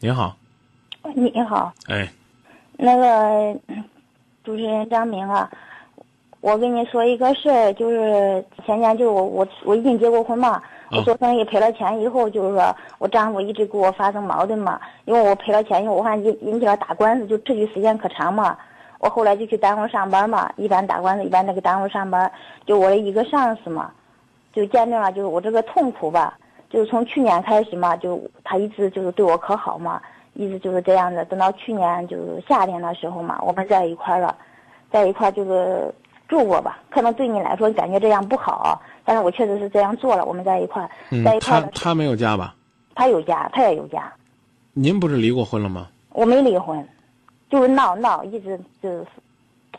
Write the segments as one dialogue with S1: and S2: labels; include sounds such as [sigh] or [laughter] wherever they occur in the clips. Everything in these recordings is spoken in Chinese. S1: 您好，
S2: 你好，
S1: 哎，
S2: 那个嗯主持人张明啊，我跟你说一个事儿，就是前年就是我我我已经结过婚嘛，
S1: 嗯
S2: 我做生意赔了钱以后，就是说我丈夫一直跟我发生矛盾嘛，因为我赔了钱以后，我还引引起了打官司，就持续时间可长嘛。我后来就去单位上班嘛，一般打官司，一般那个单位上班，就我的一个上司嘛，就见证了就是我这个痛苦吧，就是从去年开始嘛，就他一直就是对我可好嘛，一直就是这样的。等到去年就是夏天的时候嘛，我们在一块儿了，在一块儿就是住过吧。可能对你来说感觉这样不好，但是我确实是这样做了。我们在一块儿，
S1: 嗯
S2: 在，一块
S1: 他
S2: 儿的时候，
S1: 他没有家吧？
S2: 他有家，他也有家，
S1: 您不是离过婚了吗？
S2: 我没离婚，就是闹闹，一直就是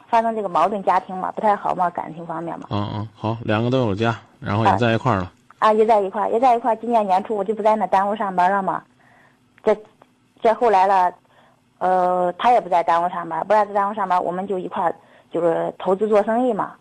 S2: 发生这个矛盾，家庭嘛不太好嘛，感情方面嘛。
S1: 嗯嗯，好，两个都有家，然后也
S2: 啊
S1: 在一块儿了。
S2: 啊，也在一块儿，也在一块儿。今年年初我就不在那单位上班了嘛，这这后来了，呃，他也不在单位上班，不在单位上班，我们就一块儿就是投资做生意嘛。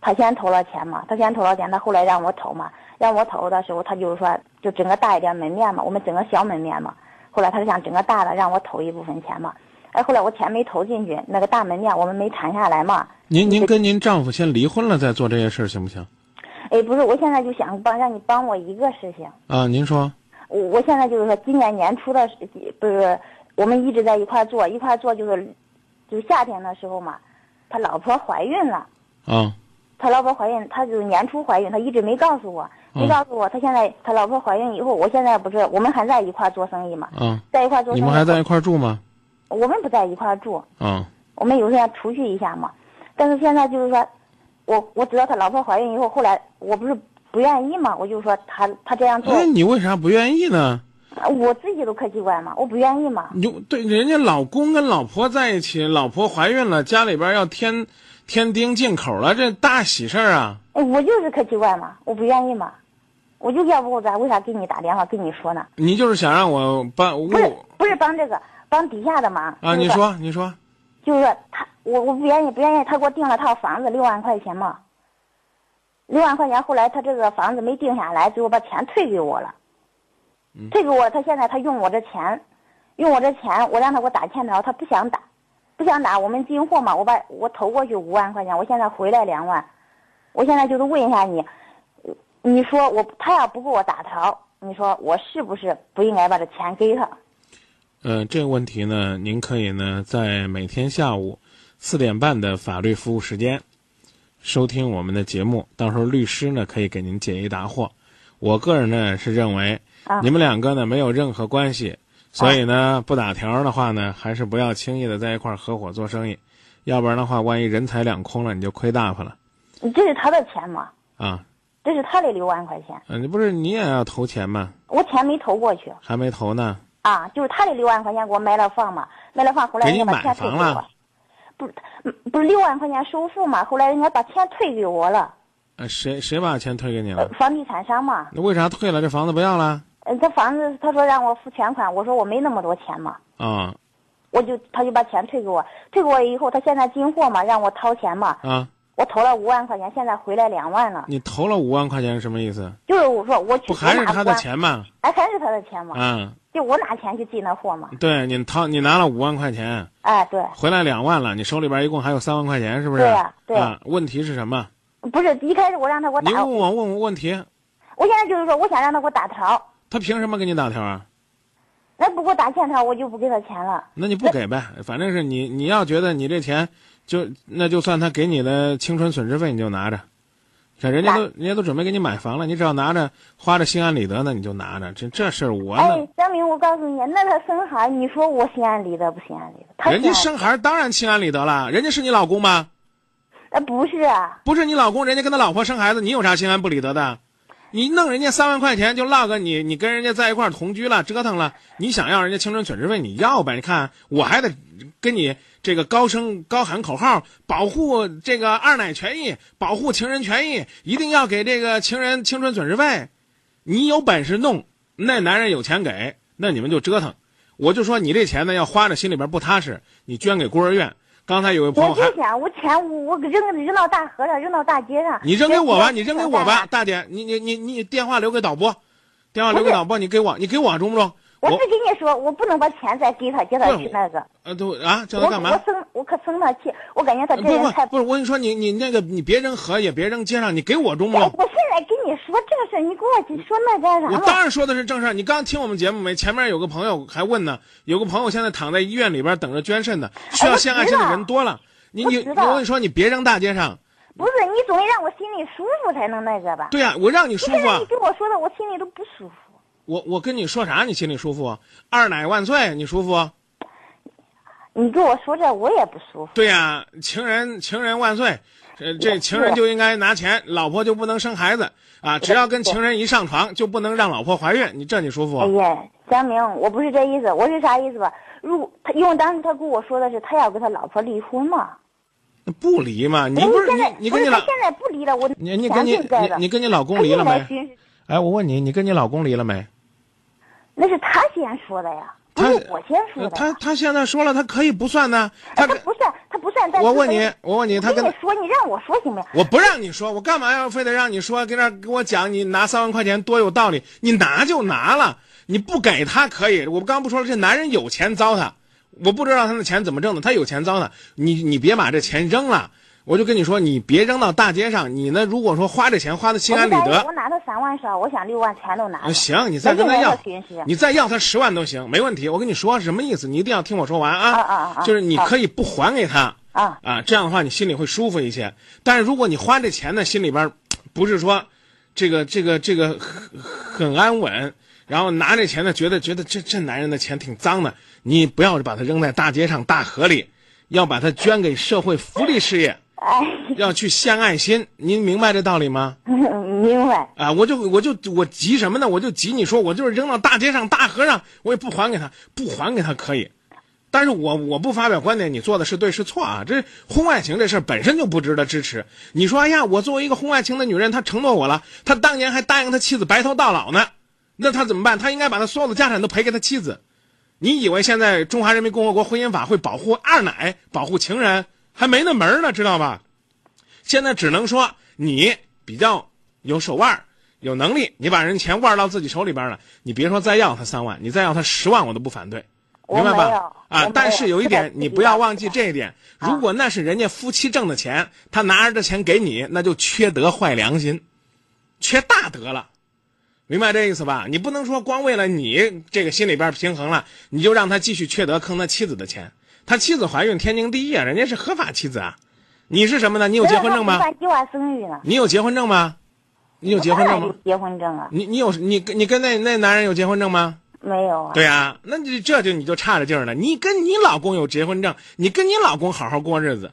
S2: 他先投了钱嘛，他先投了钱，他后来让我投嘛，让我投的时候，他就是说就整个大一点门面嘛，我们整个小门面嘛。后来他就想整个大的让我投一部分钱嘛，哎，后来我钱没投进去，那个大门面我们没谈下来嘛。
S1: 您您跟您丈夫先离婚了，再做这些事儿行不行？
S2: 哎，不是，我现在就想帮让你帮我一个事情。
S1: 啊，您说，
S2: 我我现在就是说，今年年初的时不是我们一直在一块儿做，一块儿做就是，就是夏天的时候嘛，他老婆怀孕了，
S1: 啊，
S2: 他老婆怀孕，他就是年初怀孕，他一直没告诉我，没
S1: 嗯
S2: 告诉我，他现在他老婆怀孕以后，我现在不是我们还在一块儿做生意嘛，
S1: 啊，
S2: 在一块儿做生
S1: 你
S2: 意，
S1: 们还在一块儿住吗？
S2: 我们不在一块儿住，
S1: 啊，
S2: 我们有时候要储蓄一下嘛。但是现在就是说，我我知道他老婆怀孕以后，后来我不是不愿意嘛，我就说他他这样做，
S1: 哎，你为啥不愿意呢？
S2: 我自己都可奇怪嘛，我不愿意嘛。
S1: 你就对人家老公跟老婆在一起，老婆怀孕了，家里边儿要添添丁进口了，这大喜事儿啊！
S2: 哎，我就是可奇怪嘛，我不愿意嘛，我就要不我咋为啥给你打电话跟你说呢？
S1: 你就是想让我把
S2: 不是
S1: 我
S2: 不是帮这个帮底下的忙
S1: 啊？
S2: 就
S1: 你
S2: 是
S1: 说，你说，
S2: 就是说他我我不愿意不愿意，他给我订了套房子六万块钱嘛，六万块钱后来他这个房子没定下来，最后把钱退给我了，退给我了，他现在他用我这钱，用我这钱我让他给我打欠条，他不想打，不想打，我们进货嘛，我把我投过去五万块钱，我现在回来两万，我现在就是问一下你，你说我他要不给我打条，你说我是不是不应该把这钱给他？
S1: 呃，这个问题呢，您可以呢在每天下午四点半的法律服务时间收听我们的节目，到时候律师呢可以给您解疑答惑。我个人呢是认为
S2: 啊，
S1: 你们两个呢没有任何关系，所以呢不打条的话呢，还是不要轻易的在一块儿合伙做生意，要不然的话，万一人财两空了，你就亏大发了
S2: 这是他的钱嘛，
S1: 啊！
S2: 这是他的六万块钱。
S1: 呃你不是你也要投钱吗？
S2: 我钱没投过去
S1: 还没投呢，
S2: 啊，就是他的六万块钱给我买了房嘛，买了房后来
S1: 给
S2: 人
S1: 你
S2: 家把
S1: 买
S2: 钱退给
S1: 房
S2: 我
S1: 了，
S2: 不是嗯不是六万块钱首付嘛，后来人家把钱退给我了，
S1: 呃，谁谁把钱退给你
S2: 呃
S1: 了？
S2: 房地产商嘛，
S1: 那为啥退了？这房子不要了
S2: 呃这房子他说让我付全款，我说我没那么多钱嘛，
S1: 啊
S2: 我就他就把钱退给我，退给我以后他现在进货嘛，让我掏钱嘛，
S1: 啊！
S2: 我投了五万块钱，现在回来两万了，
S1: 你投了五万块钱是什么意思？
S2: 就是我说我去
S1: 不还
S2: 我
S1: 是
S2: 拿
S1: 他
S2: 五
S1: 的
S2: 万，
S1: 钱吗？
S2: 哎还是他的钱嘛，
S1: 啊，
S2: 就我拿钱去进那货嘛，
S1: 嗯对你掏你拿了五万块钱，
S2: 哎对，
S1: 回来两万了，你手里边一共还有三万块钱，是不是？
S2: 对呀对
S1: 啊，问题是什么？
S2: 不是一开始我让他给我
S1: 你
S2: 打，
S1: 问我问我问题，
S2: 我现在就是说我想让他给我打条。
S1: 他凭什么给你打条啊？
S2: 那不给我打欠条，我就不给他钱了。
S1: 那你不给呗，反正是你你要觉得你这钱就那就算他给你的青春损失费，你就拿着。看人家都人家都准备给你买房了，你只要拿着花着心安理得呢，你就拿着。这这事儿我呢。
S2: 哎，张明，我告诉你，那他生孩，你说我心安理得不心安理得？他
S1: 人家
S2: 心安
S1: 生孩儿当然心安理得了，人家是你老公吗？
S2: 呃不是啊，
S1: 不是你老公，人家跟他老婆生孩子，你有啥心安不理得的？你弄人家三万块钱就落个你，你跟人家在一块儿同居了，折腾了，你想要人家青春损失费，你要呗？你看我还得跟你这个高声高喊口号，保护这个二奶权益，保护情人权益，一定要给这个情人青春损失费。你有本事弄，那男人有钱给，那你们就折腾。我就说你这钱呢，要花着心里边不踏实，你捐给孤儿院。刚才有位朋哦
S2: 我
S1: 友还
S2: 就想，我钱我我扔扔到大河上，扔到大街上。
S1: 你扔给我吧，你扔给我
S2: 人家
S1: 吧，大姐，你你你你电话留给导播，电话
S2: 不
S1: 留
S2: 是
S1: 给导播，你给我，你给我中不中？啊
S2: 我
S1: 我
S2: 是跟你说，我不能把钱再给他，叫他
S1: 不是
S2: 去那个。
S1: 呃，对啊，叫
S2: 我
S1: 他干
S2: 我
S1: 嘛？
S2: 生我可生他气，我感觉他
S1: 不
S2: 这人太
S1: 不不是，我跟你说，你你那个你别扔河，也别扔街上，你给我啊中
S2: 我
S1: 了。
S2: 哎我现在跟你说这个事儿，你给我说那干啥
S1: 我
S2: 嘛？
S1: 当然说的是正事儿。你刚听我们节目没？前面有个朋友还问呢，有个朋友现在躺在医院里边等着捐肾呢，需要献爱心的人多了。你你
S2: 我知道
S1: 我跟你说，你别扔大街上。
S2: 不是，你总得让我心里舒服才能那个吧？
S1: 对呀、我让你舒
S2: 你现
S1: 服
S2: 在
S1: 啊
S2: 你。跟我说的，我心里都不舒服。
S1: 我我跟你说啥，你心里舒服啊？二奶万岁，你舒服啊？
S2: 你跟我说这，我也不舒服。
S1: 对呀、情人情人万岁，这这情人就应该拿钱，老婆就不能生孩子啊！只要跟情人一上床，就不能让老婆怀孕，你这你舒服啊
S2: 哎？呀，张明，我不是这意思，我是啥意思吧？如果他，因为当时他跟我说的是他要跟他老婆离婚嘛。
S1: 不离嘛？你
S2: 人
S1: 不是
S2: 家现在
S1: 你你
S2: 不
S1: 跟你
S2: 是他
S1: 老
S2: 现在不离了，我
S1: 你你
S2: 想
S1: 跟你
S2: 这个
S1: 你
S2: 了
S1: 你跟你老公
S2: 他
S1: 离了
S2: 又来
S1: 没？
S2: 寻
S1: 哎，我问你，你跟你老公离了没？
S2: 那是他先说的呀，不
S1: 他
S2: 是我先说
S1: 呃
S2: 的呀。
S1: 他他现在说了，他可以不算呢。他
S2: 哎他不算，他不算。但
S1: 我
S2: 是
S1: 问
S2: 他
S1: 你
S2: 也，
S1: 我问你，他
S2: 我跟
S1: 跟
S2: 你说，你让我说行不行？
S1: 我不让你说，我干嘛要非得让你说？跟那儿跟我讲，你拿三万块钱多有道理，你拿就拿了，你不给他可以。我刚不说了，这男人有钱糟蹋，我不知道他的钱怎么挣的，他有钱糟蹋，你你别把这钱扔了。我就跟你说，你别扔到大街上。你呢，如果说花这钱花的心
S2: 我
S1: 安
S2: 不
S1: 理
S2: 答应
S1: 得
S2: 我，拿他三万少，我想六万全都拿
S1: 啊
S2: 了。
S1: 行，你再跟他要
S2: 我跟你说我，
S1: 你再要他十万都行，没问题。我跟你说什么意思，你一定要听我说完
S2: 啊啊啊
S1: 啊。
S2: 啊
S1: 就是你可以不还给他
S2: 啊
S1: 啊，这样的话你心里会舒服一些。但是如果你花这钱呢，心里边儿不是说这个这个这个很很安稳，然后拿这钱呢，觉得觉得这这男人的钱挺脏的，你不要把它扔在大街上、大河里，要把它捐给社会福利事业，
S2: 哎， [laughs]
S1: 要去献爱心。您明白这道理吗？
S2: 明白。
S1: 啊，我就我就我急什么呢？我就急你说我就是扔到大街上、大河上，我也不还给他，不还给他可以。但是我我不发表观点，你做的是对是错啊？这婚外情这事儿本身就不值得支持。你说，哎呀，我作为一个婚外情的女人，她承诺我了，她当年还答应他妻子白头到老呢，那她怎么办？她应该把她所有的家产都赔给他妻子。你以为现在中华人民共和国婚姻法会保护二奶、保护情人，还没那门儿呢，知道吧？现在只能说你比较有手腕儿有能力，你把人钱腕儿到自己手里边儿了，你别说再要他三万，你再要他十万，我都不反对，
S2: 我
S1: 明白
S2: 没有
S1: 吧？
S2: 我没
S1: 啊
S2: 有，
S1: 但是有一
S2: 这
S1: 点
S2: 个，
S1: 你不要忘记这一点，
S2: 啊
S1: 如果那是人家夫妻挣的钱，他拿着这钱给你，那就缺德坏良心，缺大德了。明白这意思吧？你不能说光为了你这个心里边平衡了，你就让他继续缺德坑他妻子的钱。他妻子怀孕天经地义啊，人家是合法妻子啊。你是什么呢？你有结婚证吗？
S2: 办计划生育呢？
S1: 你有结婚证吗？你有结婚证
S2: 我当然有
S1: 吗？
S2: 结婚证啊，
S1: 你你有你跟你跟那那男人有结婚证吗？
S2: 没有啊。
S1: 对啊，那你这就你就差着劲儿了。你跟你老公有结婚证，你跟你老公好好过日子，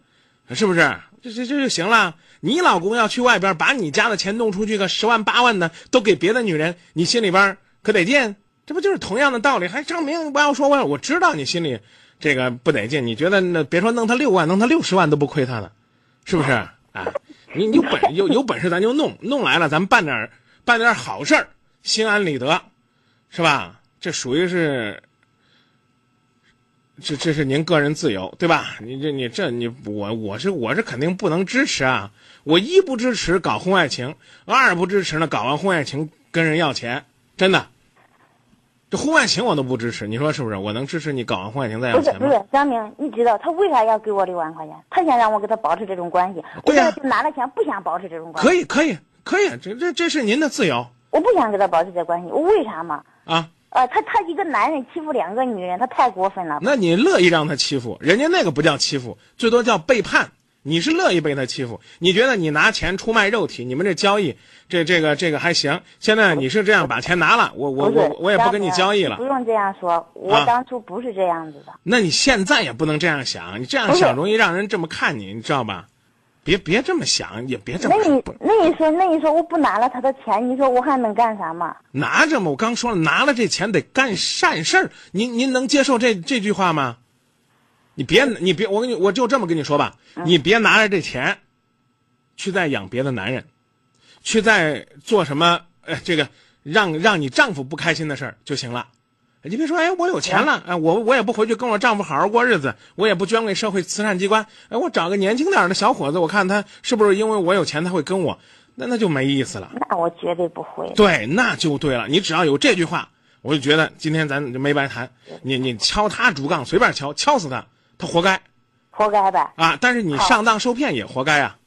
S1: 是不是？这这这就行了。你老公要去外边把你家的钱弄出去个十万八万的，都给别的女人，你心里边可得劲。这不就是同样的道理？还张明不要说我，我知道你心里这个不得劲，你觉得那别说弄他六万，弄他六十万都不亏他呢。是不是啊？你你有本有有本事咱就弄，弄来了咱办点儿办点儿好事儿，心安理得，是吧？这属于是，这这是您个人自由，对吧？你这你这你我我是我是肯定不能支持啊！我一不支持搞婚外情，二不支持呢搞完婚外情跟人要钱，真的。这婚外情我都不支持，你说是不是？我能支持你搞完婚外情再要
S2: 不是
S1: 钱
S2: 不
S1: 吗？
S2: 是，张明，你知道他为啥要给我六万块钱？他想让我跟他保持这种关系，我
S1: 对
S2: 现
S1: 呀
S2: 在就拿了钱，不想保持这种关系，
S1: 可以可以可以，这这这是您的自由
S2: 我不想跟他保持这关系，我为啥嘛？
S1: 啊。
S2: 呃，他他一个男人欺负两个女人，他太过分了。
S1: 那你乐意让他欺负，人家那个不叫欺负，最多叫背叛。你是乐意被他欺负？你觉得你拿钱出卖肉体，你们这交易，这这个这个还行。现在你是这样把钱拿了，我我
S2: 不是
S1: 我我也不跟你
S2: 张明
S1: 交易了
S2: 不。用这样说，我
S1: 啊
S2: 当初不是这样子的。
S1: 那你现在也不能这样想，你这样
S2: 不是
S1: 想容易让人这么看你，你知道吧？别别这么想，也别这
S2: 那
S1: 么
S2: 你
S1: 不
S2: 那你说那你说我不拿了他的钱，你说我还能干啥嘛？
S1: 拿着嘛。我刚说了，拿了这钱得干善事儿。您您能接受这这句话吗？你别你别，我跟你我就这么跟你说吧，你别拿着这钱，去再养别的男人，去再做什么呃这个让让你丈夫不开心的事儿就行了。你别说，哎，我有钱了，哎，我我也不回去跟我丈夫好好过日子，我也不捐给社会慈善机关，哎，我找个年轻点儿的小伙子，我看他是不是因为我有钱他会跟我，那那就没意思了。
S2: 那我绝对不会。
S1: 对，那就对了。你只要有这句话，我就觉得今天咱就没白谈。你你敲他竹杠，随便敲，敲死他，他活该
S2: 活该呗。
S1: 啊！但是你上当受骗也活该啊！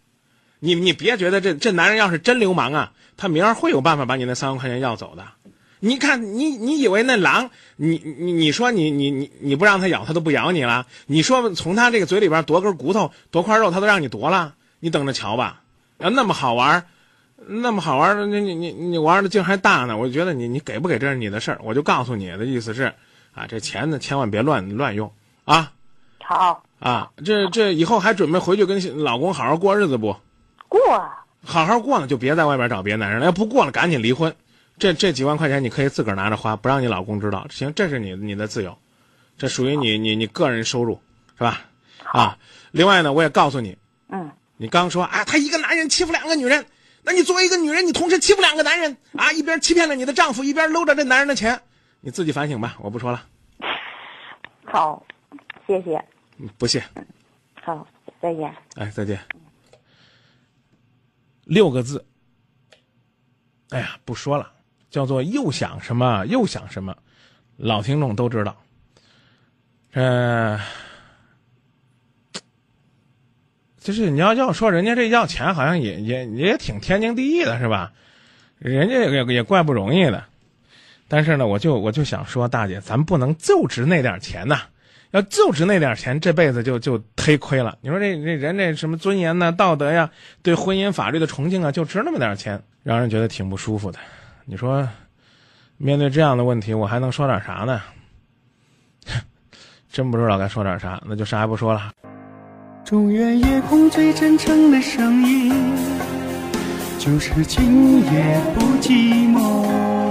S1: 你你别觉得这这男人要是真流氓啊，他明儿会有办法把你那三万块钱要走的。你看，你你以为那狼，你你你说你你你你不让它咬，它都不咬你了？你说从它这个嘴里边夺根骨头、夺块肉，它都让你夺了？你等着瞧吧！啊，那么好玩儿，那么好玩儿，你你你你玩的劲儿还大呢。我就觉得你你给不给这是你的事儿，我就告诉你的意思是，啊，这钱呢千万别乱乱用啊
S2: 好
S1: 啊！这这以后还准备回去跟老公好好过日子不？
S2: 过
S1: 好好过呢，就别在外边找别的男人了。要不过了，赶紧离婚。这这几万块钱你可以自个儿拿着花，不让你老公知道。行，这是你你的自由，这属于你你你个人收入是吧？啊，另外呢，我也告诉你，
S2: 嗯，
S1: 你刚说啊，他一个男人欺负两个女人，那你作为一个女人，你同时欺负两个男人啊，一边欺骗了你的丈夫，一边搂着这男人的钱，你自己反省吧，我不说了，
S2: 好，谢谢，
S1: 嗯不谢，
S2: 好，再见。
S1: 哎，再见。六个字，哎呀，不说了，叫做又想什么又想什么，老听众都知道。呃这，就是你要要说人家这要钱，好像也也也挺天经地义的，是吧？人家也也怪不容易的。但是呢，我就我就想说，大姐，咱不能就值那点钱呐、要就值那点钱，这辈子就就忒亏了。你说这这人这什么尊严呐、道德呀、对婚姻法律的崇敬啊，就值那么点钱，让人觉得挺不舒服的。你说，面对这样的问题，我还能说点啥呢？ [laughs] 真不知道该说点啥，那就啥也不说了。
S3: 祝愿夜空最真诚的声音，就是今夜不寂寞。